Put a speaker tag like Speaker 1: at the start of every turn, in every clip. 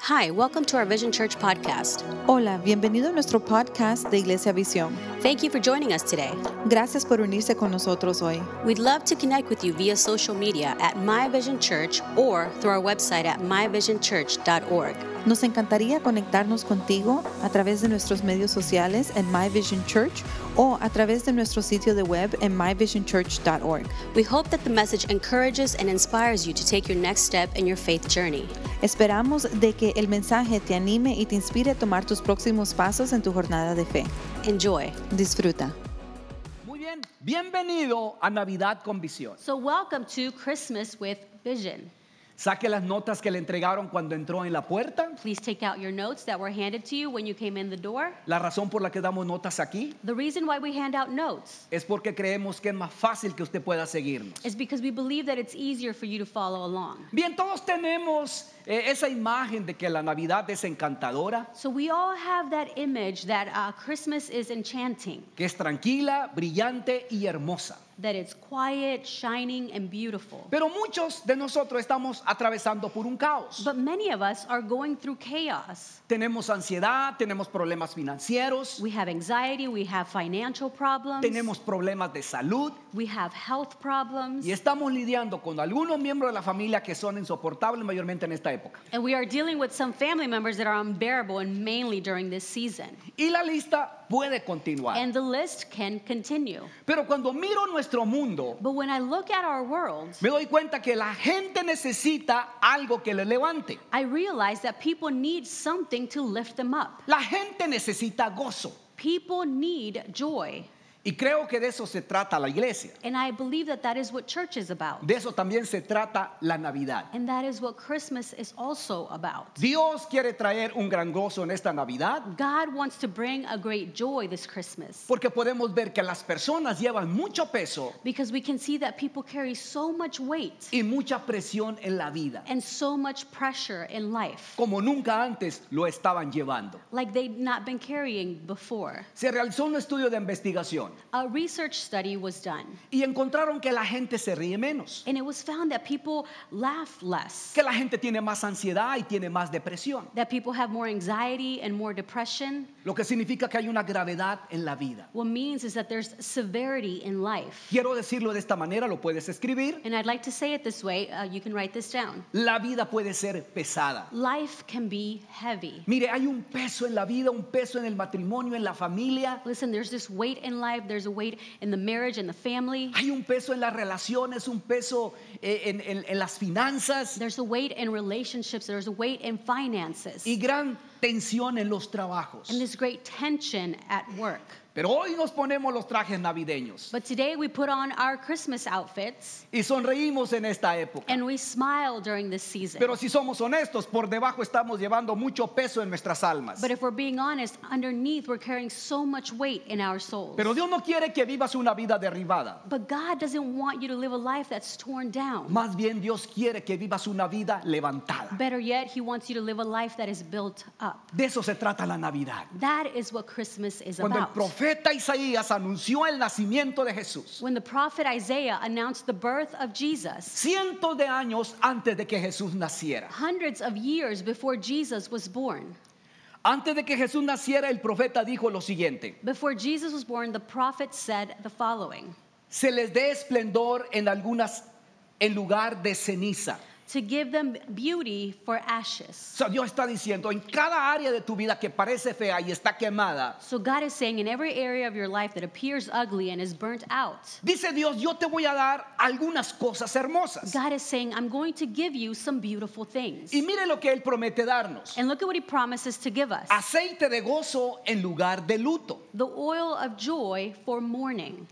Speaker 1: Hi, welcome to our Vision Church podcast.
Speaker 2: Hola, bienvenido a nuestro podcast de Iglesia Visión.
Speaker 1: Thank you for joining us today.
Speaker 2: Gracias por unirse con nosotros hoy.
Speaker 1: We'd love to connect with you via social media at My Vision Church or through our website at myvisionchurch.org.
Speaker 2: Nos encantaría conectarnos contigo a través de nuestros medios sociales en My Vision Church o a través de nuestro sitio de web en myvisionchurch.org.
Speaker 1: We hope that the message encourages and inspires you to take your next step in your faith journey.
Speaker 2: Esperamos de que el mensaje te anime y te inspire a tomar tus próximos pasos en tu jornada de fe.
Speaker 1: Enjoy.
Speaker 2: Disfruta.
Speaker 3: Muy bien, bienvenido a Navidad con Visión.
Speaker 4: So, welcome to Christmas with Vision.
Speaker 3: Saque las notas que le entregaron cuando entró en la puerta.
Speaker 4: Please take out your notes that were handed to you when you came in the door.
Speaker 3: La razón por la que damos notas aquí
Speaker 4: The reason why we hand out notes
Speaker 3: es porque creemos que es más fácil que usted pueda seguirnos.
Speaker 4: is because we believe that it's easier for you to follow along.
Speaker 3: Bien, todos tenemos eh, esa imagen de que la Navidad es encantadora,
Speaker 4: So, we all have that image that uh, Christmas is enchanting,
Speaker 3: que es tranquila, brillante y hermosa.
Speaker 4: that it's quiet, shining, and beautiful.
Speaker 3: Pero muchos de nosotros estamos atravesando por un caos.
Speaker 4: But many of us are going through chaos.
Speaker 3: Tenemos ansiedad, tenemos problemas financieros,
Speaker 4: We have anxiety, we have financial problems,
Speaker 3: tenemos problemas de salud,
Speaker 4: we have health problems,
Speaker 3: Y estamos lidiando con algunos miembros de la familia que son insoportables mayormente en esta época.
Speaker 4: and we are dealing with some family members that are unbearable and mainly during this season.
Speaker 3: Y la lista puede continuar.
Speaker 4: And the list can continue.
Speaker 3: Pero cuando miro nuestro mundo,
Speaker 4: But when I look at our world,
Speaker 3: me doy cuenta que la gente necesita algo que le levante.
Speaker 4: I realize that people need something to lift them up.
Speaker 3: La gente necesita gozo.
Speaker 4: People need joy.
Speaker 3: Y creo que de eso se trata la iglesia.
Speaker 4: And I believe that that is what church is about.
Speaker 3: De eso también se trata la Navidad.
Speaker 4: And that is what Christmas is also about.
Speaker 3: Dios quiere traer un gran gozo en esta Navidad
Speaker 4: God wants to bring a great joy this Christmas
Speaker 3: porque podemos ver que las personas llevan mucho peso
Speaker 4: because we can see that people carry so much weight
Speaker 3: y mucha presión en la vida,
Speaker 4: and so much pressure in life
Speaker 3: como nunca antes lo estaban llevando.
Speaker 4: like they've not been carrying before.
Speaker 3: Se realizó un estudio de investigación
Speaker 4: A research study was done,
Speaker 3: y encontraron que la gente se ríe menos,
Speaker 4: and it was found that people laugh less.
Speaker 3: que la gente tiene más ansiedad y tiene más depresión,
Speaker 4: that people have more anxiety and more depression.
Speaker 3: lo que significa que hay una gravedad en la vida.
Speaker 4: What means is that there's severity in life.
Speaker 3: Quiero decirlo de esta manera, lo puedes escribir.
Speaker 4: And I'd like to say it this way uh, you can write this down.
Speaker 3: La vida puede ser pesada.
Speaker 4: Life can be heavy.
Speaker 3: Mire, hay un peso en la vida, un peso en el matrimonio, en la familia,
Speaker 4: Listen, there's this weight in life, there's a weight in the marriage and the family,
Speaker 3: hay un peso en las relaciones, un peso eh, en, en- en las finanzas
Speaker 4: there's a weight in relationships, there's a weight in finances,
Speaker 3: y gran tensión en los trabajos.
Speaker 4: and this great tension at work.
Speaker 3: Pero hoy nos ponemos los trajes navideños
Speaker 4: But today we put on our Christmas outfits
Speaker 3: y sonreímos en esta época.
Speaker 4: and we smile during this season.
Speaker 3: Pero si somos honestos, por debajo estamos llevando mucho peso en nuestras almas.
Speaker 4: But if we're being honest, underneath we're carrying so much weight in our souls.
Speaker 3: Pero Dios no quiere que vivas una vida derribada.
Speaker 4: But God doesn't want you to live a life that's torn down.
Speaker 3: Más bien Dios quiere que vivas una vida levantada.
Speaker 4: Better yet, He wants you to live a life that is built up.
Speaker 3: De eso se trata la Navidad.
Speaker 4: That is what Christmas is
Speaker 3: Cuando el
Speaker 4: about.
Speaker 3: profeta Isaías anunció el nacimiento de Jesús,
Speaker 4: When the prophet Isaiah announced the birth of Jesus,
Speaker 3: cientos de años antes de que Jesús naciera,
Speaker 4: hundreds of years before Jesus was born,
Speaker 3: antes de que Jesús naciera, el profeta dijo lo siguiente,
Speaker 4: before Jesus was born, the prophet said the following
Speaker 3: se les dé esplendor en algunas, en lugar de ceniza.
Speaker 4: To give them beauty for
Speaker 3: O
Speaker 4: ashes.
Speaker 3: sea, Dios está diciendo, en cada área de tu vida que parece fea y está quemada,
Speaker 4: So God is saying, in every area of your life that appears ugly and is burnt out,
Speaker 3: Dice Dios, yo te voy a dar algunas cosas hermosas.
Speaker 4: God is saying, I'm going to give you some beautiful things.
Speaker 3: Y mire lo que Él promete darnos.
Speaker 4: And look at what he promises to give us
Speaker 3: Aceite de gozo en lugar de luto.
Speaker 4: the oil of joy for mourning,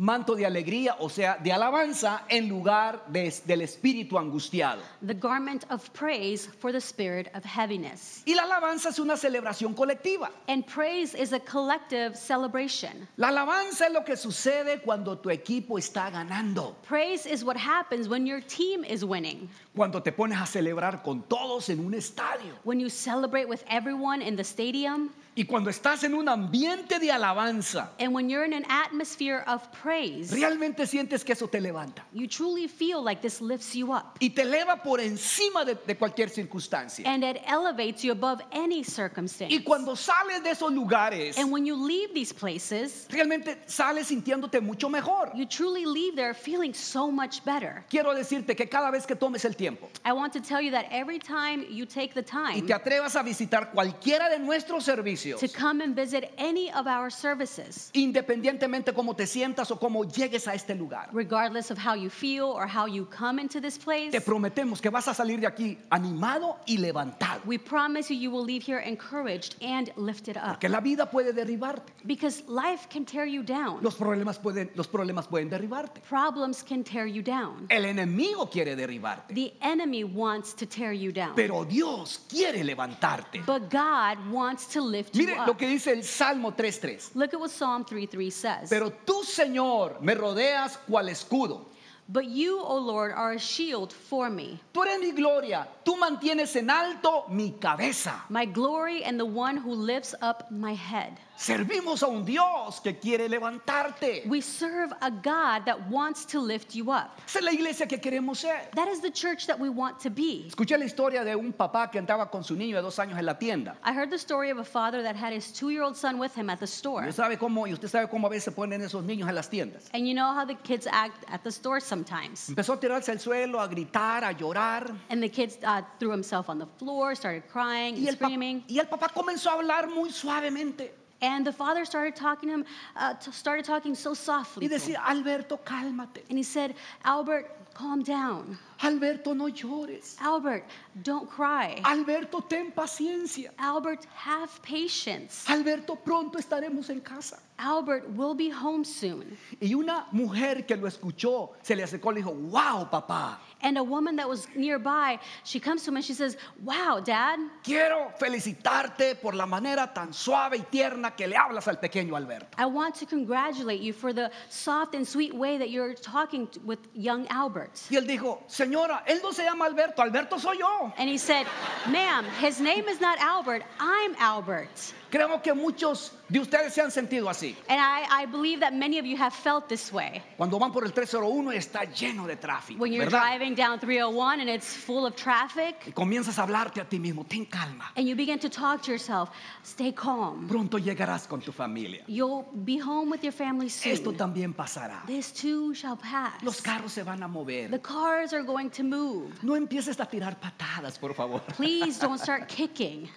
Speaker 3: Manto de alegría, o sea, de alabanza en lugar de- del espíritu angustiado.
Speaker 4: the garment of praise for the spirit of heaviness.
Speaker 3: Y la alabanza es una celebración colectiva.
Speaker 4: And praise is a collective celebration.
Speaker 3: La alabanza es lo que sucede cuando tu equipo está ganando.
Speaker 4: Praise is what happens when your team is winning,
Speaker 3: Cuando te pones a celebrar con todos en un estadio.
Speaker 4: when you celebrate with everyone in the stadium,
Speaker 3: Y cuando estás en un ambiente de alabanza.
Speaker 4: and when you're in an atmosphere of praise,
Speaker 3: realmente sientes que eso te levanta.
Speaker 4: you truly feel like this lifts you up
Speaker 3: Y te eleva por encima de, de cualquier circunstancia.
Speaker 4: and it elevates you above any circumstance.
Speaker 3: Y cuando sales de esos lugares,
Speaker 4: and when you leave these places,
Speaker 3: realmente sales sintiéndote mucho mejor.
Speaker 4: you truly leave there feeling so much better.
Speaker 3: Quiero decirte que cada vez que tomes el tiempo
Speaker 4: I want to tell you that every time you take the
Speaker 3: y
Speaker 4: time
Speaker 3: te atrevas a visitar cualquiera de nuestros servicios,
Speaker 4: to come and visit any of our services,
Speaker 3: independientemente cómo te sientas o cómo llegues a este lugar,
Speaker 4: regardless of how you feel or how you come into this place,
Speaker 3: te prometemos que vas a salir de aquí animado y levantado.
Speaker 4: we promise you you will leave here encouraged and lifted up.
Speaker 3: Porque la vida puede derribarte,
Speaker 4: Because life can tear you down.
Speaker 3: los problemas pueden, los problemas pueden derribarte.
Speaker 4: Problems can tear you down.
Speaker 3: El enemigo quiere derribarte,
Speaker 4: The enemy wants to tear you down.
Speaker 3: pero Dios quiere levantarte.
Speaker 4: But God wants to lift you
Speaker 3: Mire lo
Speaker 4: up.
Speaker 3: que dice el Salmo 3.3.
Speaker 4: Look at what Psalm 3:3 says.
Speaker 3: Pero tú, Señor, me rodeas cual escudo.
Speaker 4: But you, O Lord, are a shield for me,
Speaker 3: Tú eres mi gloria, tú mantienes en alto mi cabeza.
Speaker 4: my glory and the one who lifts up my head.
Speaker 3: Servimos a un Dios que quiere levantarte.
Speaker 4: We serve a God that wants to lift you up.
Speaker 3: Esa es la iglesia que queremos ser.
Speaker 4: That is the church that we want to be.
Speaker 3: Escuché la historia de un papá que andaba con su niño de dos años en la tienda.
Speaker 4: I heard the story of a father that had his two year old son with him at the store.
Speaker 3: Y, sabe cómo, y usted sabe cómo a veces se ponen esos niños en las tiendas.
Speaker 4: And you know how the kids act at the store sometimes.
Speaker 3: Empezó a tirarse al suelo, a gritar, a llorar.
Speaker 4: And the kid uh, threw himself on the floor, started crying
Speaker 3: Y
Speaker 4: and
Speaker 3: el, pa-
Speaker 4: screaming.
Speaker 3: y el papá comenzó a hablar muy suavemente
Speaker 4: And the father started talking to him, uh, t- started talking so
Speaker 3: y
Speaker 4: softly. to him.
Speaker 3: decía, Alberto, cálmate.
Speaker 4: And he said, Albert, calm down.
Speaker 3: Alberto, no llores.
Speaker 4: Albert, don't cry.
Speaker 3: Alberto, ten paciencia.
Speaker 4: Albert, have patience.
Speaker 3: Alberto, pronto estaremos en casa.
Speaker 4: Albert will be home soon.
Speaker 3: Y una mujer que lo escuchó se le acercó y le dijo, wow, papá,
Speaker 4: And a woman that was nearby, she comes to him and she says, Wow, dad,
Speaker 3: quiero felicitarte por la manera tan suave y tierna que le hablas al pequeño Alberto.
Speaker 4: I want to congratulate you for the soft and sweet way that you're talking t- with young Albert.
Speaker 3: Y él dijo, señora, él no se llama Alberto, Alberto soy yo.
Speaker 4: And he said, Ma'am, his name is not Albert, I'm Albert.
Speaker 3: Creo que muchos de ustedes se han sentido así.
Speaker 4: And I, I believe that many of you have felt this way
Speaker 3: Cuando van por el 301 y está lleno de tráfico,
Speaker 4: when you're
Speaker 3: ¿verdad?
Speaker 4: driving down 301 and it's full of
Speaker 3: Y
Speaker 4: traffic
Speaker 3: comienzas a hablarte a ti mismo, ten calma.
Speaker 4: and you begin to talk to yourself, stay calm.
Speaker 3: Pronto llegarás con tu familia.
Speaker 4: You'll be home with your family
Speaker 3: Esto
Speaker 4: soon.
Speaker 3: también pasará.
Speaker 4: This too shall pass.
Speaker 3: Los carros se van a
Speaker 4: The
Speaker 3: mover.
Speaker 4: cars are going to move.
Speaker 3: No empieces a tirar patadas, por favor.
Speaker 4: Please don't start kicking.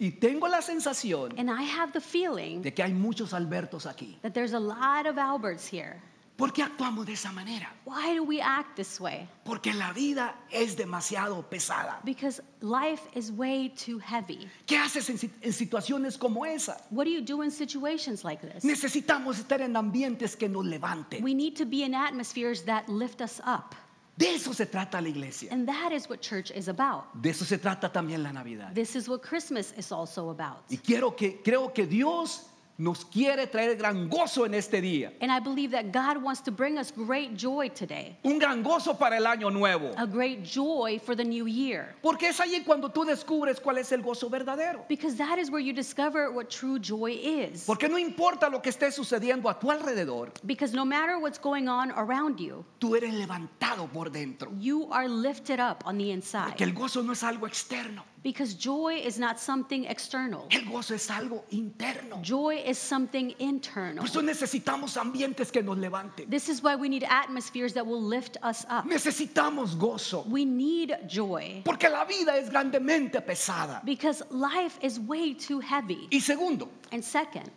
Speaker 3: Y tengo la sensación
Speaker 4: And I have the feeling
Speaker 3: de que hay muchos Albertos aquí.
Speaker 4: that there's a lot of Alberts here.
Speaker 3: ¿Por qué actuamos de esa manera?
Speaker 4: Why do we act this way?
Speaker 3: Porque la vida es demasiado pesada.
Speaker 4: Because life is way too heavy.
Speaker 3: ¿Qué haces en, si- en situaciones como esa?
Speaker 4: What do you do in situations like this?
Speaker 3: Necesitamos estar en ambientes que nos levanten.
Speaker 4: We need to be in atmospheres that lift us up.
Speaker 3: De eso se trata la iglesia.
Speaker 4: And that is what church is about.
Speaker 3: De eso se trata también la Navidad.
Speaker 4: This is what Christmas is also about.
Speaker 3: Y quiero que, creo que Dios nos quiere traer gran gozo en este día.
Speaker 4: And I believe that God wants to bring us great joy today,
Speaker 3: Un gran gozo para el año nuevo.
Speaker 4: a great joy for the new year.
Speaker 3: Porque es allí cuando tú descubres cuál es el gozo verdadero.
Speaker 4: Because that is where you discover what true joy is.
Speaker 3: Porque no importa lo que esté sucediendo a tu alrededor,
Speaker 4: Because no matter what's going on around you,
Speaker 3: tú eres levantado por dentro.
Speaker 4: you are lifted up on the
Speaker 3: Porque
Speaker 4: inside.
Speaker 3: el gozo no es algo externo,
Speaker 4: Because joy is not something external,
Speaker 3: el gozo es algo interno.
Speaker 4: joy is something internal.
Speaker 3: Por eso necesitamos ambientes que nos levanten.
Speaker 4: This is why we need atmospheres that will lift us up.
Speaker 3: Necesitamos gozo,
Speaker 4: We need joy
Speaker 3: porque la vida es grandemente pesada.
Speaker 4: because life is way too heavy.
Speaker 3: Y segundo,
Speaker 4: And second,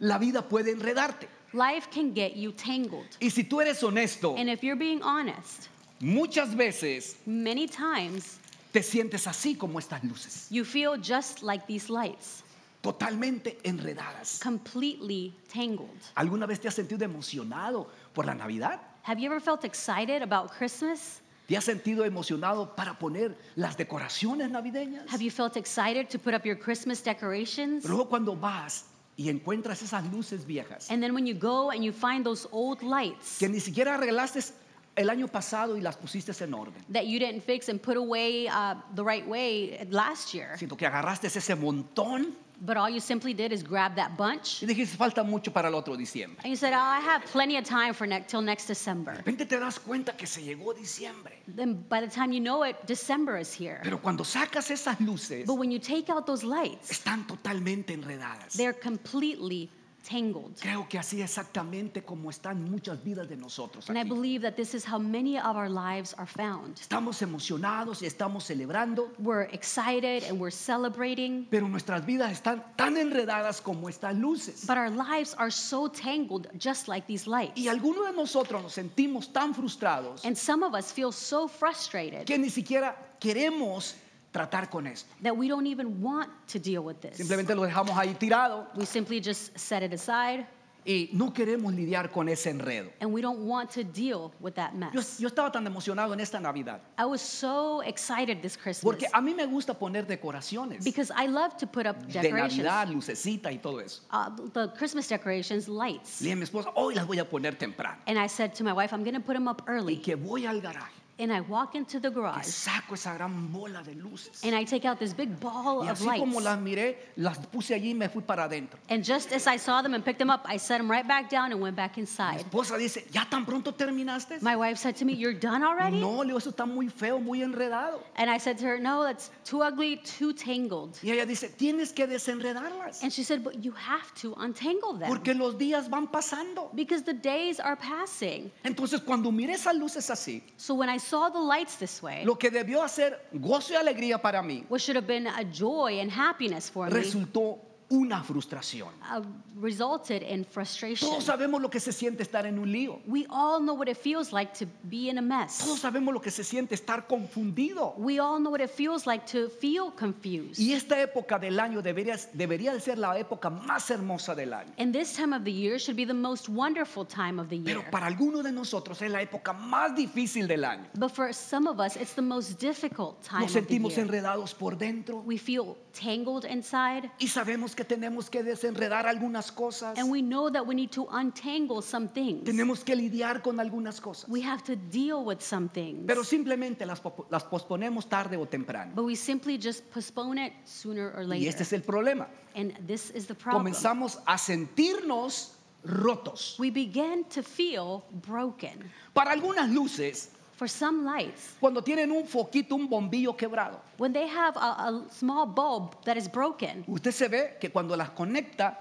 Speaker 3: la vida puede enredarte.
Speaker 4: life can get you tangled.
Speaker 3: Y si tú eres honesto,
Speaker 4: And if you're being honest,
Speaker 3: muchas veces
Speaker 4: many times
Speaker 3: te sientes así como estas luces,
Speaker 4: you feel just like these lights,
Speaker 3: totalmente enredadas.
Speaker 4: completely tangled.
Speaker 3: ¿Alguna vez te has sentido emocionado por la Navidad?
Speaker 4: Have you ever felt excited about Christmas?
Speaker 3: ¿Te has sentido emocionado para poner las decoraciones navideñas?
Speaker 4: Have you felt excited to put up your Christmas decorations?
Speaker 3: Pero Luego cuando vas y encuentras esas luces viejas
Speaker 4: And then when you go and you find those old lights
Speaker 3: que ni siquiera arreglaste el año pasado y las pusiste en orden.
Speaker 4: that you didn't fix and put away uh, the right way last year,
Speaker 3: Siento que agarraste ese montón
Speaker 4: but all you simply did is grab that bunch
Speaker 3: y dijiste, falta mucho para el otro diciembre.
Speaker 4: and you said, "Oh, I have plenty of time for next till next
Speaker 3: De
Speaker 4: December."
Speaker 3: repente te das cuenta que se llegó diciembre.
Speaker 4: Then by the time you know it, December is here.
Speaker 3: Pero cuando sacas esas luces,
Speaker 4: But when you take out those lights,
Speaker 3: están totalmente enredadas.
Speaker 4: they're completely tangled.
Speaker 3: Creo que así exactamente como están muchas vidas de nosotros.
Speaker 4: And I
Speaker 3: aquí.
Speaker 4: believe that this is how many of our lives are found.
Speaker 3: Estamos emocionados y estamos celebrando,
Speaker 4: We're excited and we're celebrating,
Speaker 3: pero nuestras vidas están tan enredadas como estas luces.
Speaker 4: but our lives are so tangled, just like these lights.
Speaker 3: Y algunos de nosotros nos sentimos tan frustrados
Speaker 4: And some of us feel so frustrated
Speaker 3: que ni siquiera queremos tratar con esto.
Speaker 4: that we don't even want to deal with this.
Speaker 3: Simplemente lo dejamos ahí tirado
Speaker 4: We simply just set it aside
Speaker 3: y no queremos lidiar con ese enredo.
Speaker 4: and we don't want to deal with that
Speaker 3: Yo,
Speaker 4: mess.
Speaker 3: yo estaba tan emocionado en esta Navidad
Speaker 4: I was so excited this Christmas
Speaker 3: porque a mí me gusta poner decoraciones
Speaker 4: because I love to put up
Speaker 3: de
Speaker 4: decorations.
Speaker 3: Navidad, lucecita y todo eso.
Speaker 4: uh, the Christmas decorations, lights.
Speaker 3: Le dije a mi esposa, hoy las voy a poner temprano.
Speaker 4: And I said to my wife, I'm going to put them up
Speaker 3: Y
Speaker 4: early.
Speaker 3: que voy al garaje,
Speaker 4: And I walk into the
Speaker 3: que
Speaker 4: garage
Speaker 3: saco esa gran bola de luces.
Speaker 4: and I take out this big ball
Speaker 3: Y
Speaker 4: of
Speaker 3: así
Speaker 4: lights.
Speaker 3: como las miré, las puse allí y me fui para adentro.
Speaker 4: And just as I saw them and picked them up, I set them right back down and went back
Speaker 3: Mi
Speaker 4: inside.
Speaker 3: esposa dice, ¿ya tan pronto terminaste?
Speaker 4: My wife said to me, You're done already?
Speaker 3: No, le digo, eso está muy feo, muy enredado.
Speaker 4: And I said to her, No, that's too ugly, too tangled.
Speaker 3: Y ella dice, tienes que desenredarlas.
Speaker 4: And she said, But you have to untangle them
Speaker 3: Porque los días van pasando.
Speaker 4: because the days are passing.
Speaker 3: Entonces, cuando miré esas luces así,
Speaker 4: So when I saw the lights this way,
Speaker 3: lo que debió hacer gozo y alegría para mí,
Speaker 4: what should have been a joy and happiness for me
Speaker 3: resultó una frustración.
Speaker 4: uh, resulted in frustration.
Speaker 3: Todos sabemos lo que se siente estar en un lío.
Speaker 4: We all know what it feels like to be in a
Speaker 3: Todos
Speaker 4: mess.
Speaker 3: sabemos lo que se siente estar confundido.
Speaker 4: We all know what it feels like to feel confused.
Speaker 3: Y esta época del año debería, debería de ser la época más hermosa del año.
Speaker 4: And this time of the year should be the most wonderful time of the year.
Speaker 3: Pero para algunos de nosotros es la época más difícil del año.
Speaker 4: But for some of us, it's the most difficult time of
Speaker 3: Nos
Speaker 4: the
Speaker 3: sentimos
Speaker 4: year.
Speaker 3: enredados por dentro
Speaker 4: We feel tangled inside,
Speaker 3: y sabemos que tenemos que desenredar algunas cosas.
Speaker 4: and we know that we need to untangle some things.
Speaker 3: Tenemos que lidiar con algunas cosas.
Speaker 4: We have to deal with some things.
Speaker 3: Pero simplemente las, po- las posponemos tarde o temprano.
Speaker 4: But we simply just postpone it sooner or
Speaker 3: Y este
Speaker 4: later.
Speaker 3: es el problema.
Speaker 4: And this is the problem.
Speaker 3: Comenzamos a sentirnos rotos.
Speaker 4: We begin to feel broken.
Speaker 3: Para algunas luces,
Speaker 4: For some lights,
Speaker 3: cuando tienen un foquito, un bombillo quebrado,
Speaker 4: When they have a, a small bulb that is broken,
Speaker 3: usted se ve que cuando las conecta,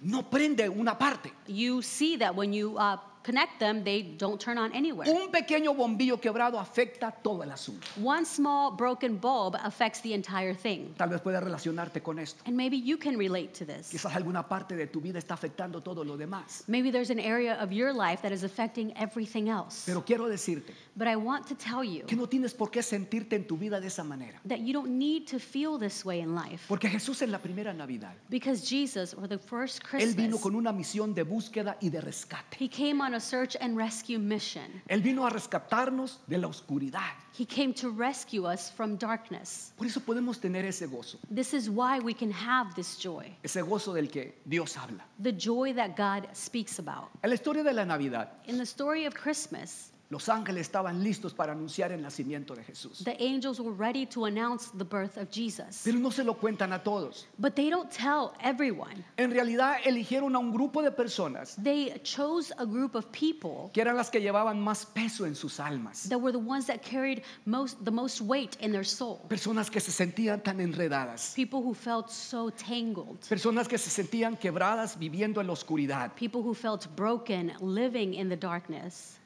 Speaker 3: no prende una parte.
Speaker 4: you see that when you uh, connect them, they don't turn on anywhere.
Speaker 3: Un pequeño bombillo quebrado afecta todo el asunto.
Speaker 4: One small broken bulb affects the entire thing.
Speaker 3: Tal vez puedas relacionarte con esto.
Speaker 4: And maybe you can relate to this.
Speaker 3: Quizás alguna parte de tu vida está afectando todo lo demás.
Speaker 4: Maybe there's an area of your life that is affecting everything else.
Speaker 3: Pero quiero decirte
Speaker 4: But I want to tell you
Speaker 3: que no tienes por qué sentirte en tu vida de esa manera.
Speaker 4: that you don't need to feel this way in life.
Speaker 3: Porque Jesús en la primera Navidad,
Speaker 4: Because Jesus, or the first
Speaker 3: Él vino
Speaker 4: Christmas,
Speaker 3: con una misión de búsqueda y de rescate.
Speaker 4: he came on a search and rescue mission.
Speaker 3: Él vino a rescatarnos de la oscuridad.
Speaker 4: He came to rescue us from darkness.
Speaker 3: Por eso podemos tener ese gozo,
Speaker 4: This is why we can have this joy.
Speaker 3: ese gozo del que Dios habla.
Speaker 4: the joy that God speaks about.
Speaker 3: En la historia de la Navidad,
Speaker 4: In the story of Christmas,
Speaker 3: los ángeles estaban listos para anunciar el nacimiento de Jesús.
Speaker 4: the angels were ready to announce the birth of Jesus,
Speaker 3: Pero no se lo cuentan a todos.
Speaker 4: but they don't tell everyone.
Speaker 3: En realidad eligieron a un grupo de personas
Speaker 4: They chose a group of people
Speaker 3: que eran las que llevaban más peso en sus almas.
Speaker 4: that were the ones that carried most the most weight in their soul.
Speaker 3: Personas que se sentían tan enredadas.
Speaker 4: People who felt so tangled,
Speaker 3: Personas que se sentían quebradas viviendo en la oscuridad.
Speaker 4: people who felt broken living in the darkness.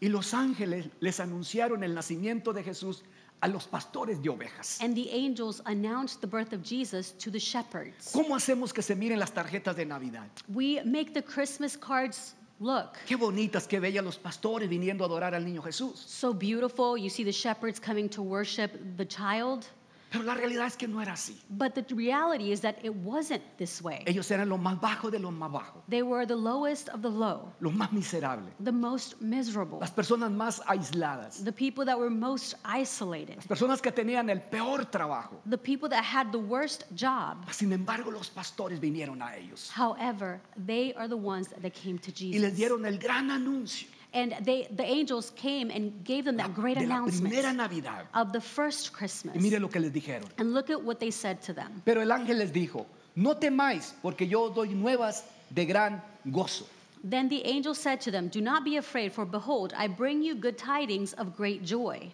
Speaker 3: Y los ángeles les anunciaron el nacimiento de Jesús a los pastores de ovejas.
Speaker 4: And the angels announced the birth of Jesus to the shepherds.
Speaker 3: ¿Cómo hacemos que se miren las tarjetas de Navidad?
Speaker 4: We make the Christmas cards look
Speaker 3: Qué bonitas, qué bellas los pastores viniendo a adorar al niño Jesús.
Speaker 4: so beautiful. You see the shepherds coming to worship the child.
Speaker 3: Pero la realidad es que no era así.
Speaker 4: But the reality is that it wasn't this way.
Speaker 3: Ellos eran los más bajos de los más bajos,
Speaker 4: They were the lowest of the low,
Speaker 3: los más miserables,
Speaker 4: the most miserable,
Speaker 3: las personas más aisladas,
Speaker 4: the people that were most isolated,
Speaker 3: las personas que tenían el peor trabajo.
Speaker 4: the people that had the worst job.
Speaker 3: Sin embargo, los pastores vinieron a ellos
Speaker 4: However, they are the ones that came to
Speaker 3: y les
Speaker 4: Jesus.
Speaker 3: dieron el gran anuncio.
Speaker 4: And they, the angels came and gave them that great
Speaker 3: Ah, de la primera
Speaker 4: announcement
Speaker 3: Navidad.
Speaker 4: of the first
Speaker 3: Y
Speaker 4: Christmas.
Speaker 3: mire lo que les dijeron.
Speaker 4: And look at what they said to them.
Speaker 3: Pero el ángel les dijo, no temáis, porque yo os doy nuevas de gran gozo.
Speaker 4: Then the angel said to them, Do not be afraid, for behold, I bring you good tidings of great joy,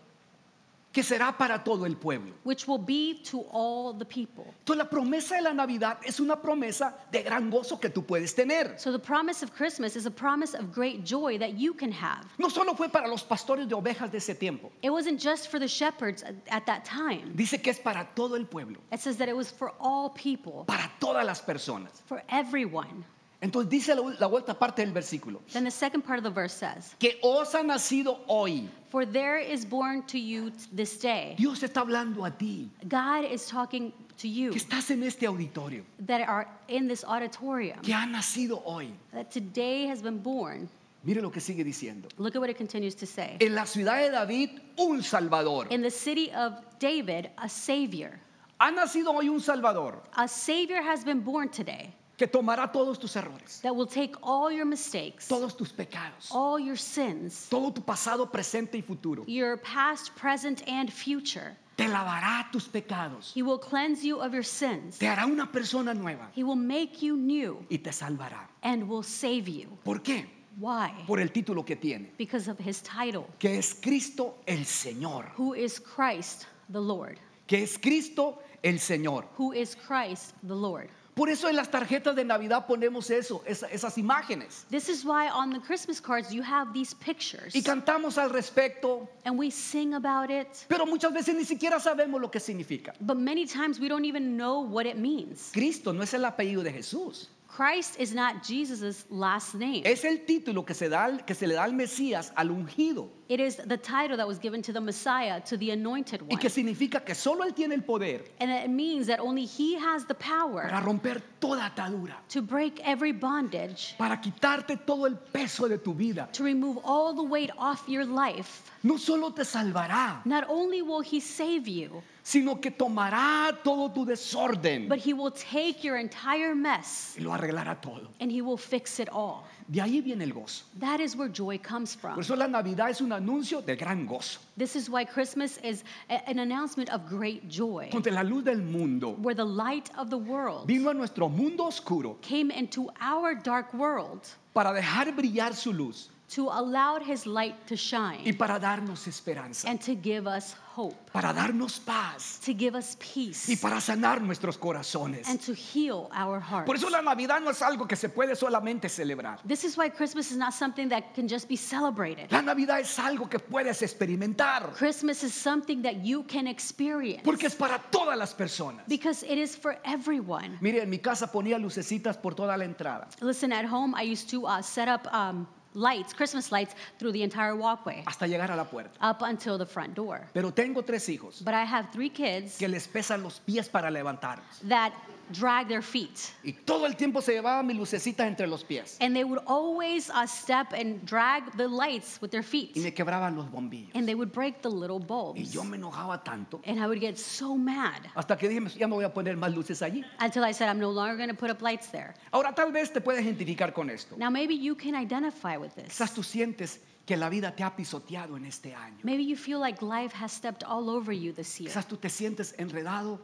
Speaker 3: que será para todo el pueblo.
Speaker 4: which will be to all the people.
Speaker 3: Entonces la promesa de la Navidad es una promesa de gran gozo que tú puedes tener.
Speaker 4: So the promise of Christmas is a promise of great joy that you can have.
Speaker 3: No solo fue para los pastores de ovejas de ese tiempo,
Speaker 4: It wasn't just for the shepherds at- at that time,
Speaker 3: dice que es para todo el pueblo,
Speaker 4: it says that it was for all people,
Speaker 3: para todas las personas.
Speaker 4: for everyone.
Speaker 3: Entonces dice la, la vuelta parte del versículo,
Speaker 4: Then the second part of the verse says,
Speaker 3: que os ha nacido hoy.
Speaker 4: For there is born to you t- this day.
Speaker 3: Dios está hablando a ti,
Speaker 4: God is talking to you
Speaker 3: que estás en este auditorio,
Speaker 4: that are in this auditorium,
Speaker 3: que ha nacido hoy.
Speaker 4: that today has been born.
Speaker 3: Mire lo que sigue diciendo.
Speaker 4: Look at what it continues to say.
Speaker 3: En la ciudad de David, un Salvador.
Speaker 4: In the city of David, a Savior.
Speaker 3: Ha nacido hoy un Salvador
Speaker 4: A Savior has been born today
Speaker 3: que tomará todos tus errores,
Speaker 4: that will take all your mistakes,
Speaker 3: todos tus pecados.
Speaker 4: all your sins,
Speaker 3: todo tu pasado, presente y futuro.
Speaker 4: your past, present, and future.
Speaker 3: Te lavará tus pecados.
Speaker 4: He will cleanse you of your sins.
Speaker 3: Te hará una persona nueva
Speaker 4: He will make you new
Speaker 3: y te salvará.
Speaker 4: and will save you.
Speaker 3: ¿Por qué?
Speaker 4: Why?
Speaker 3: Por el título que tiene,
Speaker 4: Because of his title,
Speaker 3: que es Cristo el Señor.
Speaker 4: who is Christ the Lord.
Speaker 3: Que es Cristo el Señor.
Speaker 4: Who is Christ the Lord.
Speaker 3: Por eso en las tarjetas de Navidad ponemos eso, esa- esas imágenes.
Speaker 4: This is why on the Christmas cards you have these pictures
Speaker 3: Y cantamos al respecto,
Speaker 4: and we sing about it,
Speaker 3: pero muchas veces ni siquiera sabemos lo que significa.
Speaker 4: but many times we don't even know what it means.
Speaker 3: Cristo no es el apellido de Jesús,
Speaker 4: Christ is not Jesus' last name.
Speaker 3: es el título que se, da, al- que se le da al Mesías, al ungido,
Speaker 4: It is the title that was given to the Messiah, to the anointed
Speaker 3: y
Speaker 4: one.
Speaker 3: que significa que solo Él tiene el poder
Speaker 4: And it means that only he has the
Speaker 3: para
Speaker 4: power
Speaker 3: romper toda atadura,
Speaker 4: to break every bondage,
Speaker 3: para quitarte todo el peso de tu vida.
Speaker 4: to remove all the weight off your life.
Speaker 3: No solo te salvará,
Speaker 4: Not only will he save you,
Speaker 3: sino que tomará todo tu desorden
Speaker 4: but he will take your entire mess
Speaker 3: y lo arreglará todo.
Speaker 4: and he will fix it all.
Speaker 3: De ahí viene el gozo.
Speaker 4: That is where joy comes
Speaker 3: Por
Speaker 4: from.
Speaker 3: eso la Navidad es un anuncio de gran gozo.
Speaker 4: This is why Christmas is a- an announcement of great joy,
Speaker 3: Contra la luz del mundo
Speaker 4: where the light of the world
Speaker 3: vino a nuestro mundo oscuro
Speaker 4: came into our dark world
Speaker 3: para dejar brillar su luz
Speaker 4: to allow his light to
Speaker 3: y
Speaker 4: shine
Speaker 3: para darnos esperanza,
Speaker 4: and to give us hope,
Speaker 3: para darnos paz
Speaker 4: to give us
Speaker 3: y
Speaker 4: peace,
Speaker 3: para sanar nuestros corazones.
Speaker 4: and to heal our
Speaker 3: Por
Speaker 4: hearts.
Speaker 3: eso la Navidad no es algo que se puede solamente celebrar.
Speaker 4: This is why Christmas is not something that can just be celebrated.
Speaker 3: La Navidad es algo que puedes experimentar
Speaker 4: Christmas is something that you can experience
Speaker 3: porque es para todas las personas.
Speaker 4: because it is for everyone.
Speaker 3: Mire, en mi casa ponía lucecitas por toda la entrada.
Speaker 4: Listen, at home, I used to uh, set up um, lights, Christmas lights, through the entire walkway
Speaker 3: hasta llegar a la puerta.
Speaker 4: up until the front door.
Speaker 3: Pero tengo tres hijos
Speaker 4: But I have three kids
Speaker 3: que les pesan los pies para levantarlos.
Speaker 4: that drag their feet.
Speaker 3: Y todo el tiempo se llevaba mis lucecitas entre los pies
Speaker 4: And they would always uh, step and drag the lights with their
Speaker 3: y
Speaker 4: feet.
Speaker 3: me quebraban los bombillos.
Speaker 4: And they would break the little
Speaker 3: Y
Speaker 4: bulbs.
Speaker 3: yo me enojaba tanto
Speaker 4: And I would get so mad
Speaker 3: hasta que dije, ya me voy a poner más luces allí.
Speaker 4: until I said, I'm no longer going to put up lights there.
Speaker 3: Ahora tal vez te puedes identificar con esto.
Speaker 4: Now, maybe you can identify with this.
Speaker 3: Quizás tú sientes que la vida te ha pisoteado en este año.
Speaker 4: Maybe you feel like life has stepped all over you this year.
Speaker 3: Quizás tú te sientes enredado,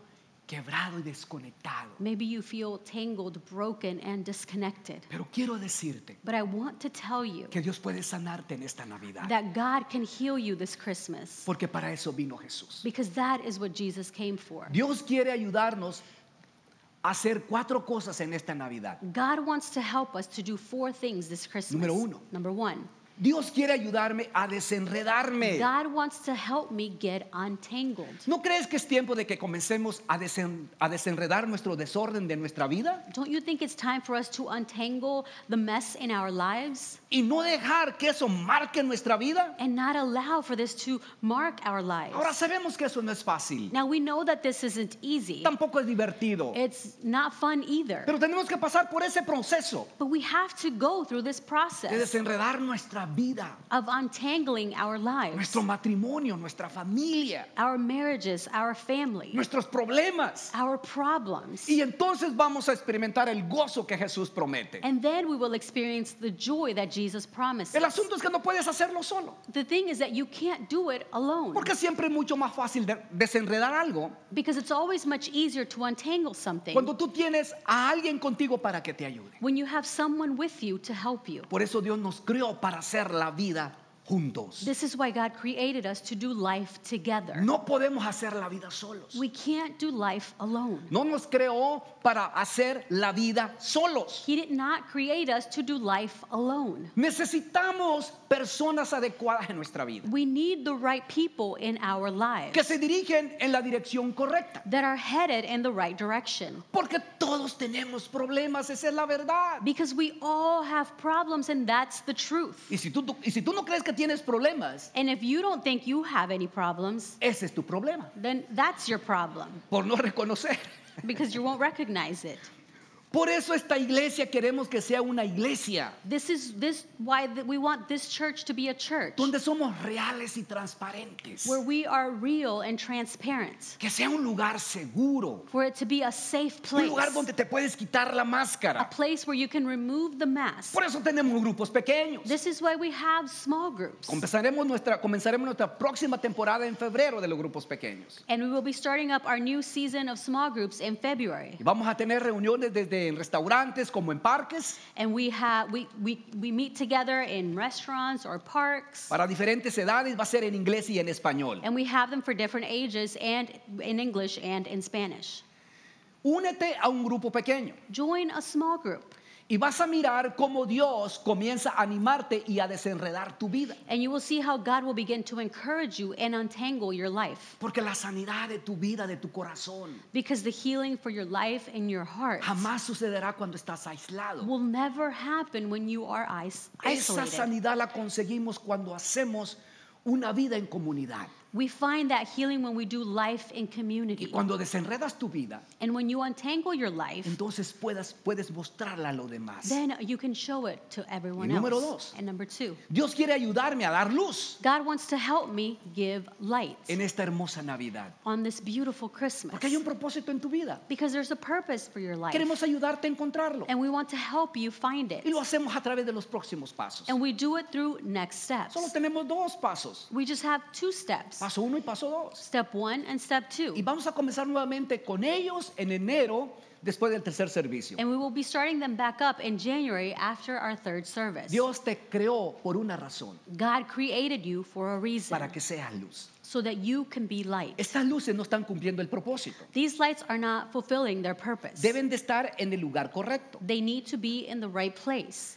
Speaker 3: quebrado y desconectado.
Speaker 4: Maybe you feel tangled, broken, and disconnected.
Speaker 3: Pero quiero decirte
Speaker 4: But I want to tell you
Speaker 3: que Dios puede sanarte en esta Navidad.
Speaker 4: that God can heal you this Christmas
Speaker 3: Porque para eso vino Jesús.
Speaker 4: because that is what Jesus came for.
Speaker 3: Dios quiere ayudarnos a hacer cuatro cosas en esta Navidad.
Speaker 4: God wants to help us to do four things this Christmas.
Speaker 3: Número uno.
Speaker 4: Number one,
Speaker 3: Dios quiere ayudarme a desenredarme.
Speaker 4: God wants to help me get untangled.
Speaker 3: ¿No crees que es tiempo de que comencemos a, desen- a desenredar nuestro desorden de nuestra vida?
Speaker 4: Don't you think it's time for us to untangle the mess in our lives
Speaker 3: Y no dejar que eso marque nuestra vida.
Speaker 4: and not allow for this to mark our lives?
Speaker 3: Ahora sabemos que eso no es fácil.
Speaker 4: Now we know that this isn't easy.
Speaker 3: Tampoco es divertido.
Speaker 4: It's not fun either.
Speaker 3: Pero tenemos que pasar por ese proceso
Speaker 4: But we have to go through this
Speaker 3: de
Speaker 4: process
Speaker 3: desenredar nuestra vida,
Speaker 4: of untangling our lives,
Speaker 3: nuestro matrimonio, nuestra familia,
Speaker 4: our marriages, our family,
Speaker 3: nuestros problemas.
Speaker 4: our problems.
Speaker 3: Y entonces vamos a experimentar el gozo que Jesús promete.
Speaker 4: And then we will experience the joy that Jesus promises.
Speaker 3: El asunto es que no puedes hacerlo solo,
Speaker 4: The thing is that you can't do it alone
Speaker 3: porque siempre es mucho más fácil de- desenredar algo
Speaker 4: because it's always much easier to untangle something
Speaker 3: cuando tú tienes a alguien contigo para que te ayude.
Speaker 4: when you have someone with you to help you.
Speaker 3: Por eso Dios nos creó para hacer la vida juntos.
Speaker 4: This is why God created us to do life together.
Speaker 3: No podemos hacer la vida solos.
Speaker 4: We can't do life alone.
Speaker 3: No nos creó para hacer la vida solos.
Speaker 4: He did not create us to do life alone.
Speaker 3: Necesitamos personas adecuadas en nuestra vida
Speaker 4: We need the right people in our lives
Speaker 3: que se dirigen en la dirección correcta.
Speaker 4: that are headed in the right direction
Speaker 3: Porque todos tenemos problemas, esa es la verdad.
Speaker 4: because we all have problems and that's the truth.
Speaker 3: Y si tú, y si tú no crees que tienes problemas,
Speaker 4: And if you don't think you have any problems,
Speaker 3: ese es tu problema,
Speaker 4: then that's your problem
Speaker 3: por no reconocer.
Speaker 4: because you won't recognize it.
Speaker 3: Por eso esta iglesia queremos que sea una iglesia
Speaker 4: This is this why th- we want this church to be a church
Speaker 3: donde somos reales y transparentes.
Speaker 4: where we are real and transparent,
Speaker 3: Que sea un lugar seguro,
Speaker 4: for it to be a safe
Speaker 3: un
Speaker 4: place,
Speaker 3: lugar donde te puedes quitar la
Speaker 4: a
Speaker 3: máscara.
Speaker 4: place where you can remove the mask.
Speaker 3: Por eso tenemos grupos pequeños.
Speaker 4: This is why we have small groups.
Speaker 3: Comenzaremos nuestra, comenzaremos nuestra próxima temporada en febrero de los grupos pequeños.
Speaker 4: And we will be starting up our new season of small groups in February.
Speaker 3: Y vamos a tener reuniones desde en restaurantes como en parques
Speaker 4: And we have we, we, we meet together in restaurants or parks.
Speaker 3: para diferentes edades, va a ser en inglés y en español.
Speaker 4: And we have them for different ages and in English and in Spanish.
Speaker 3: Únete a un grupo pequeño
Speaker 4: Join a small group
Speaker 3: y vas a mirar cómo Dios comienza a animarte y a desenredar tu vida.
Speaker 4: and you will see how God will begin to encourage you and untangle your life.
Speaker 3: Porque la sanidad de tu vida, de tu corazón,
Speaker 4: Because the healing for your life and your heart
Speaker 3: jamás sucederá cuando estás aislado.
Speaker 4: will never happen when you are is-
Speaker 3: Esa
Speaker 4: isolated.
Speaker 3: sanidad la conseguimos cuando hacemos una vida en comunidad.
Speaker 4: We find that healing when we do life in community.
Speaker 3: Y cuando desenredas tu vida,
Speaker 4: And when you untangle your life,
Speaker 3: entonces puedas, puedes mostrarla a los demás.
Speaker 4: then you can show it to everyone
Speaker 3: Y número
Speaker 4: else.
Speaker 3: dos.
Speaker 4: And number two,
Speaker 3: Dios quiere ayudarme a dar luz
Speaker 4: God wants to help me give light
Speaker 3: en esta hermosa Navidad.
Speaker 4: on this beautiful Christmas.
Speaker 3: Porque hay un propósito en tu vida.
Speaker 4: Because there's a purpose for your life.
Speaker 3: Queremos ayudarte a encontrarlo.
Speaker 4: And we want to help you find it.
Speaker 3: Y lo hacemos a través de los próximos pasos.
Speaker 4: And we do it through next steps.
Speaker 3: Solo tenemos dos pasos.
Speaker 4: We just have two steps
Speaker 3: Paso uno y paso dos.
Speaker 4: step one and step two.
Speaker 3: Y vamos a comenzar nuevamente con ellos en enero después del tercer servicio.
Speaker 4: And we will be starting them back up in January after our third service.
Speaker 3: Dios te creó por una razón,
Speaker 4: God created you for a reason
Speaker 3: para que seas luz.
Speaker 4: so that you can be light.
Speaker 3: Estas luces no están cumpliendo el propósito.
Speaker 4: These lights are not fulfilling their purpose.
Speaker 3: Deben de estar en el lugar correcto.
Speaker 4: They need to be in the right place.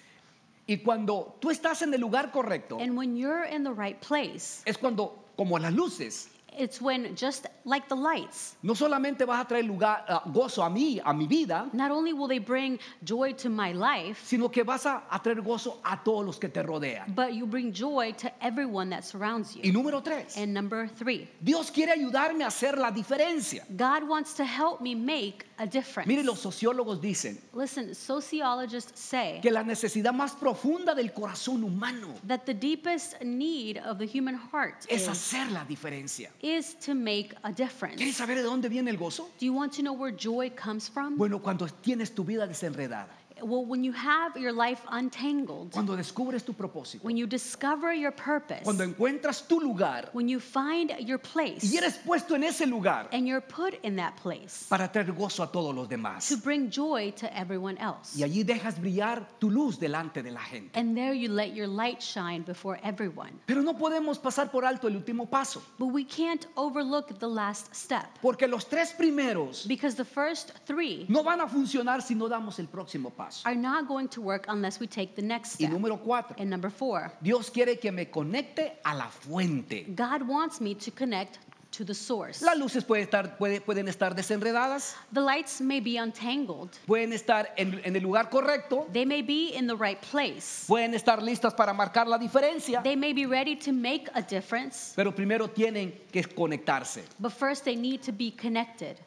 Speaker 3: Y cuando tú estás en el lugar correcto,
Speaker 4: And when you're in the right place,
Speaker 3: es cuando, como las luces,
Speaker 4: it's when just like the lights,
Speaker 3: no solamente vas a traer lugar, ah, gozo a mí, a mi vida,
Speaker 4: not only will they bring joy to my life,
Speaker 3: sino que vas a, a traer gozo a todos los que te rodean.
Speaker 4: but you bring joy to everyone that surrounds
Speaker 3: Y
Speaker 4: you.
Speaker 3: número tres,
Speaker 4: And number three,
Speaker 3: Dios quiere ayudarme a hacer la diferencia.
Speaker 4: God wants to help me make a difference.
Speaker 3: Mire, los sociólogos dicen
Speaker 4: Listen, sociologists say
Speaker 3: que la necesidad más profunda del corazón humano
Speaker 4: that the deepest need of the human heart
Speaker 3: es
Speaker 4: is,
Speaker 3: hacer la diferencia.
Speaker 4: is to make a
Speaker 3: ¿Quieres
Speaker 4: difference.
Speaker 3: saber de dónde viene el gozo?
Speaker 4: Do you want to know where joy comes from?
Speaker 3: Bueno, cuando tienes tu vida desenredada,
Speaker 4: Well, when you have your life untangled,
Speaker 3: cuando descubres tu propósito,
Speaker 4: when you discover your purpose,
Speaker 3: cuando encuentras tu lugar
Speaker 4: when you find your place,
Speaker 3: y eres puesto en ese lugar
Speaker 4: and you're put in that place
Speaker 3: para traer gozo a todos los
Speaker 4: to
Speaker 3: demás.
Speaker 4: bring joy to everyone else.
Speaker 3: Y allí dejas brillar tu luz delante de la gente.
Speaker 4: And there you let your light shine before everyone.
Speaker 3: Pero no podemos pasar por alto el último paso,
Speaker 4: But we can't overlook the last step
Speaker 3: porque los tres primeros
Speaker 4: because the first three
Speaker 3: no van a funcionar si no damos el próximo paso.
Speaker 4: are not going to work unless we take the next
Speaker 3: Y
Speaker 4: step.
Speaker 3: número cuatro,
Speaker 4: And number four,
Speaker 3: Dios quiere que me conecte a la fuente.
Speaker 4: God wants me to connect to the source.
Speaker 3: Las luces pueden estar, puede- pueden estar desenredadas,
Speaker 4: The lights may be untangled.
Speaker 3: pueden estar en, en el lugar correcto,
Speaker 4: They may be in the right place.
Speaker 3: pueden estar listas para marcar la diferencia,
Speaker 4: They may be ready to make a difference,
Speaker 3: pero primero tienen que conectarse.
Speaker 4: but first they need to be connected.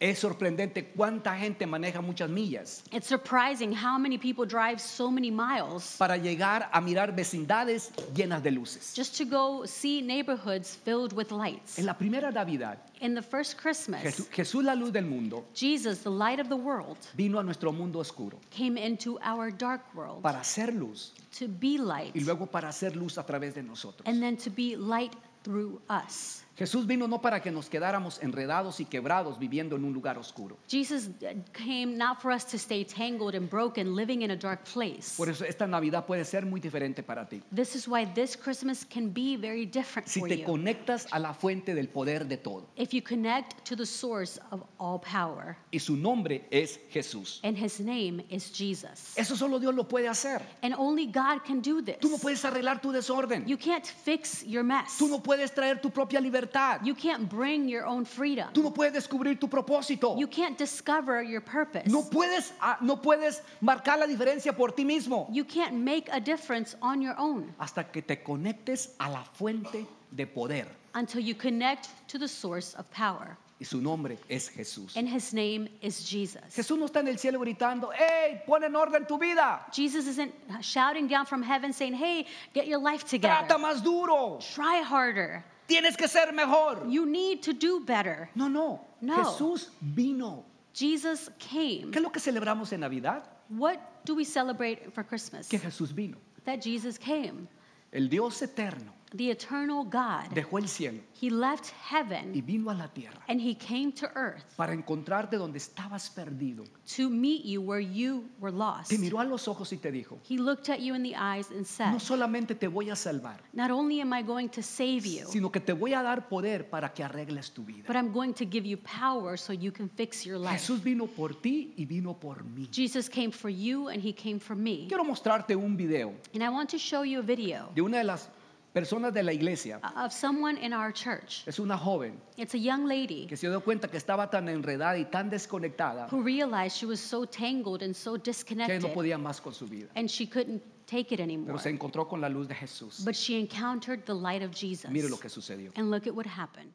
Speaker 3: Es sorprendente cuánta gente maneja muchas millas
Speaker 4: It's surprising how many people drive so many miles
Speaker 3: para llegar a mirar vecindades llenas de luces.
Speaker 4: just to go see neighborhoods filled with lights.
Speaker 3: En la primera Navidad,
Speaker 4: In the first
Speaker 3: Jesu-
Speaker 4: Christmas,
Speaker 3: Jesús, la luz del mundo,
Speaker 4: Jesus, the light of the world,
Speaker 3: vino a nuestro mundo oscuro
Speaker 4: came into our dark world
Speaker 3: para hacer luz
Speaker 4: to be light
Speaker 3: y luego para hacer luz a través de nosotros.
Speaker 4: and then to be light through us.
Speaker 3: Jesús vino no para que nos quedáramos enredados y quebrados viviendo en un lugar oscuro.
Speaker 4: Jesus uh, came not for us to stay tangled and broken, living in a dark place.
Speaker 3: Por eso esta Navidad puede ser muy diferente para ti.
Speaker 4: This is why this Christmas can be very different
Speaker 3: Si
Speaker 4: for
Speaker 3: te
Speaker 4: you.
Speaker 3: conectas a la fuente del poder de todo.
Speaker 4: If you connect to the source of all power,
Speaker 3: Y su nombre es Jesús.
Speaker 4: and his name is Jesus.
Speaker 3: Eso solo Dios lo puede hacer.
Speaker 4: And only God can do this.
Speaker 3: Tú no puedes arreglar tu desorden.
Speaker 4: You can't fix your mess.
Speaker 3: Tú no puedes traer tu propia libertad.
Speaker 4: You can't bring your own freedom.
Speaker 3: Tú no puedes descubrir tu propósito.
Speaker 4: You can't discover your purpose.
Speaker 3: No puedes, ah, no puedes marcar la diferencia por ti mismo.
Speaker 4: You can't make a difference on your own
Speaker 3: Hasta que te conectes a la fuente de poder.
Speaker 4: until you connect to the source of power.
Speaker 3: Y su nombre es Jesús.
Speaker 4: And his name is Jesus.
Speaker 3: Jesús no está en el cielo gritando, ¡Hey, pon en orden tu vida!
Speaker 4: Jesus isn't shouting down from heaven saying, hey, get your life
Speaker 3: Trata
Speaker 4: together.
Speaker 3: más duro.
Speaker 4: Try harder.
Speaker 3: Tienes que ser mejor.
Speaker 4: You need to do better.
Speaker 3: No, no.
Speaker 4: No.
Speaker 3: Jesús vino.
Speaker 4: Jesus came.
Speaker 3: ¿Qué es lo que celebramos en Navidad?
Speaker 4: What do we celebrate for Christmas?
Speaker 3: Que Jesús vino.
Speaker 4: That Jesus came.
Speaker 3: El Dios eterno
Speaker 4: The eternal God.
Speaker 3: dejó el cielo
Speaker 4: He left
Speaker 3: y
Speaker 4: heaven
Speaker 3: vino a la tierra
Speaker 4: and he came to earth
Speaker 3: para encontrarte donde estabas perdido.
Speaker 4: to meet you where you were lost.
Speaker 3: Te miró a los ojos y te dijo,
Speaker 4: He looked at you in the eyes and said,
Speaker 3: no solamente te voy a salvar,
Speaker 4: Not only am I going to save you,
Speaker 3: sino que te voy a dar poder para que arregles tu vida.
Speaker 4: but I'm going to give you power so you can fix your life.
Speaker 3: Jesús vino por ti y vino por mí.
Speaker 4: Jesus came for you and he came for me.
Speaker 3: Quiero mostrarte un video
Speaker 4: And I want to show you a video
Speaker 3: de una de las personas de la iglesia.
Speaker 4: of someone in our church.
Speaker 3: Es una joven
Speaker 4: It's a young lady
Speaker 3: que se dio cuenta que estaba tan enredada y tan desconectada
Speaker 4: who realized she was so tangled and so
Speaker 3: que no
Speaker 4: disconnected
Speaker 3: podía más con su vida.
Speaker 4: and she couldn't take it anymore.
Speaker 3: Pero se encontró con la luz de Jesús.
Speaker 4: But she encountered the light of Jesus.
Speaker 3: Mire lo que sucedió.
Speaker 4: And look at what happened.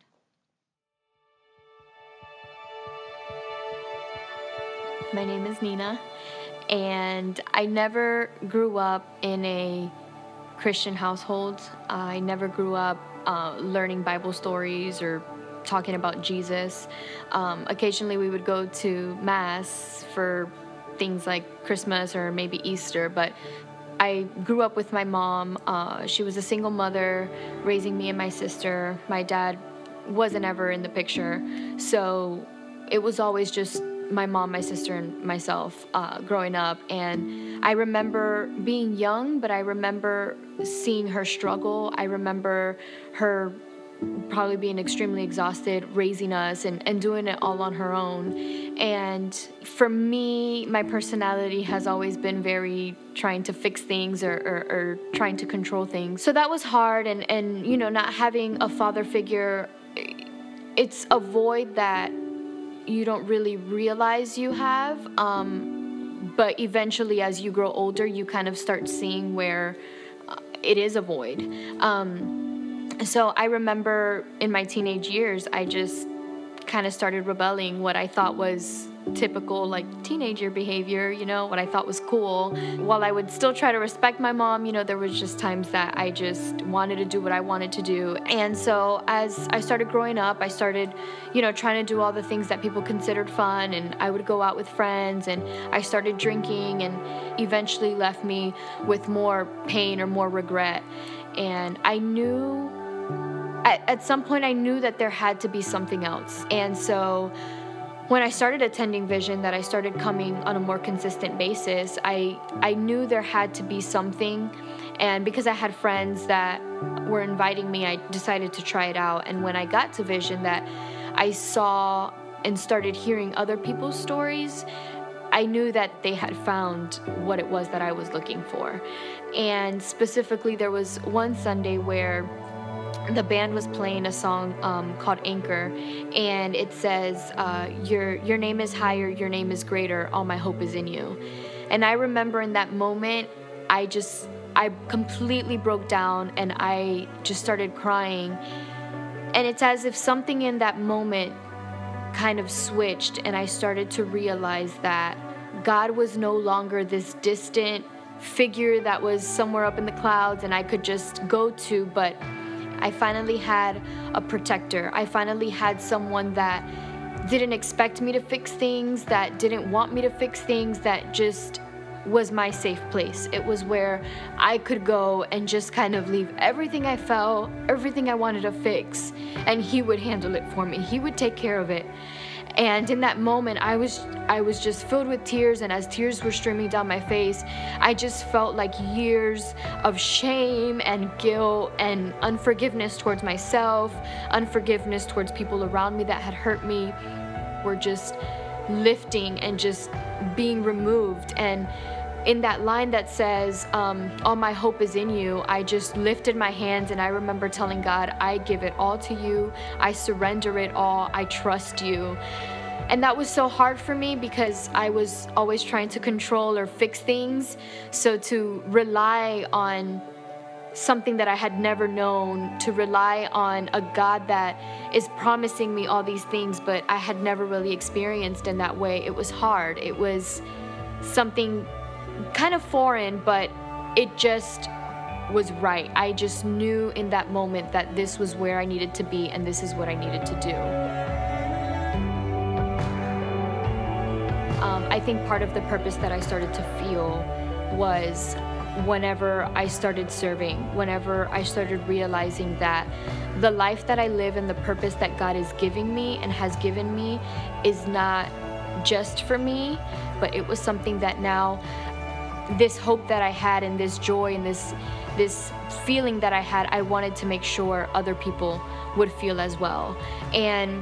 Speaker 5: My name is Nina, and I never grew up in a Christian household. I never grew up uh, learning Bible stories or talking about Jesus. Um, occasionally, we would go to Mass for things like Christmas or maybe Easter, but I grew up with my mom. Uh, she was a single mother, raising me and my sister. My dad wasn't ever in the picture, so it was always just my mom, my sister, and myself uh, growing up. And I remember being young, but I remember seeing her struggle. I remember her probably being extremely exhausted, raising us and, and doing it all on her own. And for me, my personality has always been very trying to fix things or, or, or trying to control things. So that was hard. And, and, you know, not having a father figure, it's a void that you don't really realize you have. Um, but eventually, as you grow older, you kind of start seeing where uh, it is a void. Um, so I remember in my teenage years, I just kind of started rebelling what I thought was typical like teenager behavior, you know, what I thought was cool. While I would still try to respect my mom, you know, there was just times that I just wanted to do what I wanted to do. And so as I started growing up, I started, you know, trying to do all the things that people considered fun and I would go out with friends and I started drinking and eventually left me with more pain or more regret. And I knew at, at some point I knew that there had to be something else. And so when I started attending Vision, that I started coming on a more consistent basis, I, I knew there had to be something. And because I had friends that were inviting me, I decided to try it out. And when I got to Vision, that I saw and started hearing other people's stories, I knew that they had found what it was that I was looking for. And specifically, there was one Sunday where the band was playing a song um, called Anchor, and it says, uh, "Your your name is higher, your name is greater. All my hope is in you." And I remember in that moment, I just I completely broke down and I just started crying, and it's as if something in that moment kind of switched and I started to realize that God was no longer this distant figure that was somewhere up in the clouds and I could just go to, but I finally had a protector. I finally had someone that didn't expect me to fix things, that didn't want me to fix things, that just was my safe place. It was where I could go and just kind of leave everything I felt, everything I wanted to fix, and he would handle it for me. He would take care of it. And in that moment, I was I was just filled with tears and as tears were streaming down my face, I just felt like years of shame and guilt and unforgiveness towards myself, unforgiveness towards people around me that had hurt me were just lifting and just being removed. And in that line that says, um, All my hope is in you, I just lifted my hands and I remember telling God, I give it all to you. I surrender it all. I trust you. And that was so hard for me because I was always trying to control or fix things. So to rely on something that I had never known, to rely on a God that is promising me all these things, but I had never really experienced in that way. It was hard. It was something kind of foreign, but it just was right. I just knew in that moment that this was where I needed to be and this is what I needed to do. Um, I think part of the purpose that I started to feel was whenever I started serving, whenever I started realizing that the life that I live and the purpose that God is giving me and has given me is not just for me, but it was something that now this hope that I had and this joy and this this feeling that I had, I wanted to make sure other people would feel as well. And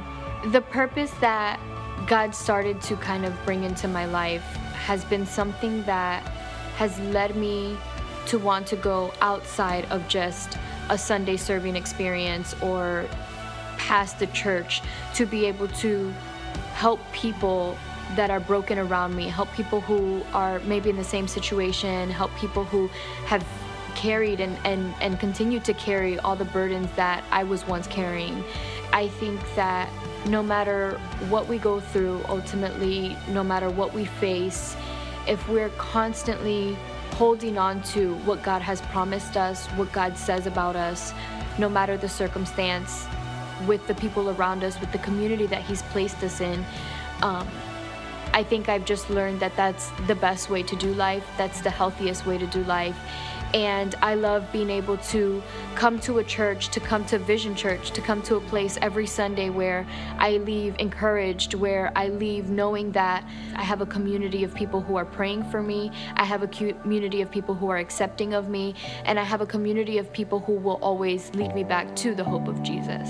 Speaker 5: the purpose that God started to kind of bring into my life has been something that has led me to want to go outside of just a Sunday serving experience or past the church to be able to help people that are broken around me, help people who are maybe in the same situation, help people who have carried and, and, and continue to carry all the burdens that I was once carrying. I think that no matter what we go through, ultimately, no matter what we face, if we're constantly holding on to what God has promised us, what God says about us, no matter the circumstance, with the people around us, with the community that He's placed us in, um, I think I've just learned that that's the best way to do life, that's the healthiest way to do life. And I love being able to come to a church, to come to Vision Church, to come to a place every Sunday where I leave encouraged, where I leave knowing that I have a community of people who are praying for me, I have a cu- community of people who are accepting of me, and I have a community of people who will always lead me back to the hope of Jesus.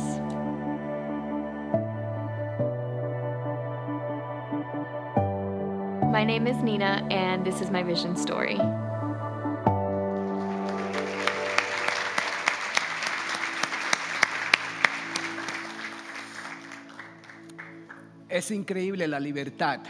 Speaker 5: My name is Nina, and this is my vision story.
Speaker 3: Es increíble la libertad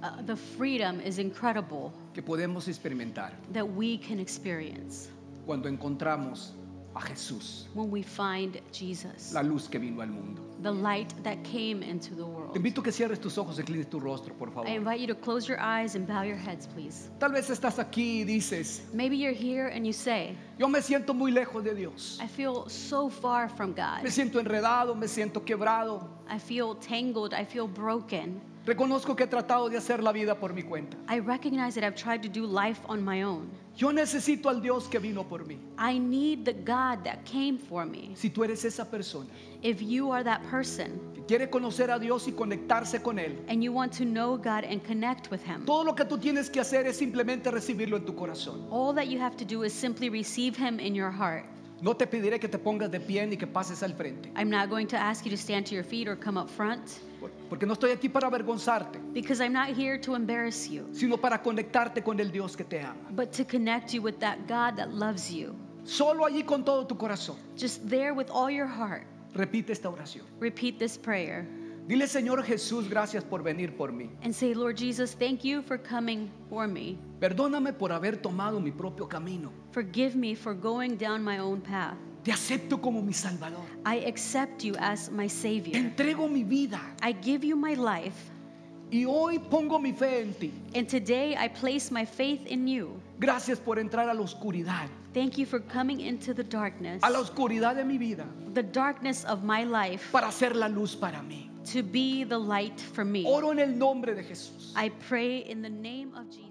Speaker 4: Uh, the freedom is incredible
Speaker 3: que podemos experimentar
Speaker 4: that we can experience
Speaker 3: cuando encontramos a Jesús,
Speaker 4: when we find Jesus,
Speaker 3: la luz que vino al mundo.
Speaker 4: the light that came into the
Speaker 3: Te
Speaker 4: world.
Speaker 3: invito a que cierres tus ojos, inclines tu rostro, por
Speaker 4: I
Speaker 3: favor.
Speaker 4: invite you to close your eyes and bow your heads, please.
Speaker 3: Tal vez estás aquí y dices,
Speaker 4: Maybe you're here and you say,
Speaker 3: yo me siento muy lejos de Dios.
Speaker 4: I feel so far from God.
Speaker 3: Me siento enredado, me siento quebrado.
Speaker 4: I feel tangled. I feel broken.
Speaker 3: Reconozco que he tratado de hacer la vida por mi cuenta.
Speaker 4: I recognize that I've tried to do life on my own.
Speaker 3: Yo necesito al Dios que vino por mí.
Speaker 4: I need the God that came for me.
Speaker 3: Si tú eres esa persona
Speaker 4: If you are that person
Speaker 3: que quiere conocer a Dios y conectarse con Él,
Speaker 4: and you want to know God and connect with Him,
Speaker 3: todo lo que tú tienes que hacer es simplemente recibirlo en tu corazón.
Speaker 4: all that you have to do is simply receive Him in your heart.
Speaker 3: No te pediré que te pongas de pie ni que pases al frente,
Speaker 4: I'm not going to ask you to stand to your feet or come up front
Speaker 3: por- porque no estoy aquí para avergonzarte,
Speaker 4: because I'm not here to embarrass you,
Speaker 3: sino para conectarte con el Dios que te ama.
Speaker 4: but to connect you with that God that loves you.
Speaker 3: Solo allí con todo tu corazón.
Speaker 4: Just there with all your heart,
Speaker 3: Repite esta oración.
Speaker 4: repeat this prayer
Speaker 3: Dile, Señor Jesús, gracias por venir por mí.
Speaker 4: and say, Lord Jesus, thank you for coming for me.
Speaker 3: Perdóname por haber tomado mi propio camino.
Speaker 4: Forgive me for going down my own path.
Speaker 3: Te acepto como mi Salvador.
Speaker 4: I accept you as my
Speaker 3: Te
Speaker 4: Savior.
Speaker 3: entrego mi vida
Speaker 4: I give you my life,
Speaker 3: y hoy pongo mi fe en ti.
Speaker 4: and today I place my faith in you.
Speaker 3: Gracias por entrar a la oscuridad,
Speaker 4: Thank you for coming into the darkness,
Speaker 3: a la oscuridad de mi vida,
Speaker 4: the darkness of my life,
Speaker 3: para hacer la luz para mí.
Speaker 4: to be the light for me.
Speaker 3: Oro en el nombre de Jesús.
Speaker 4: I pray in the name of Jesus.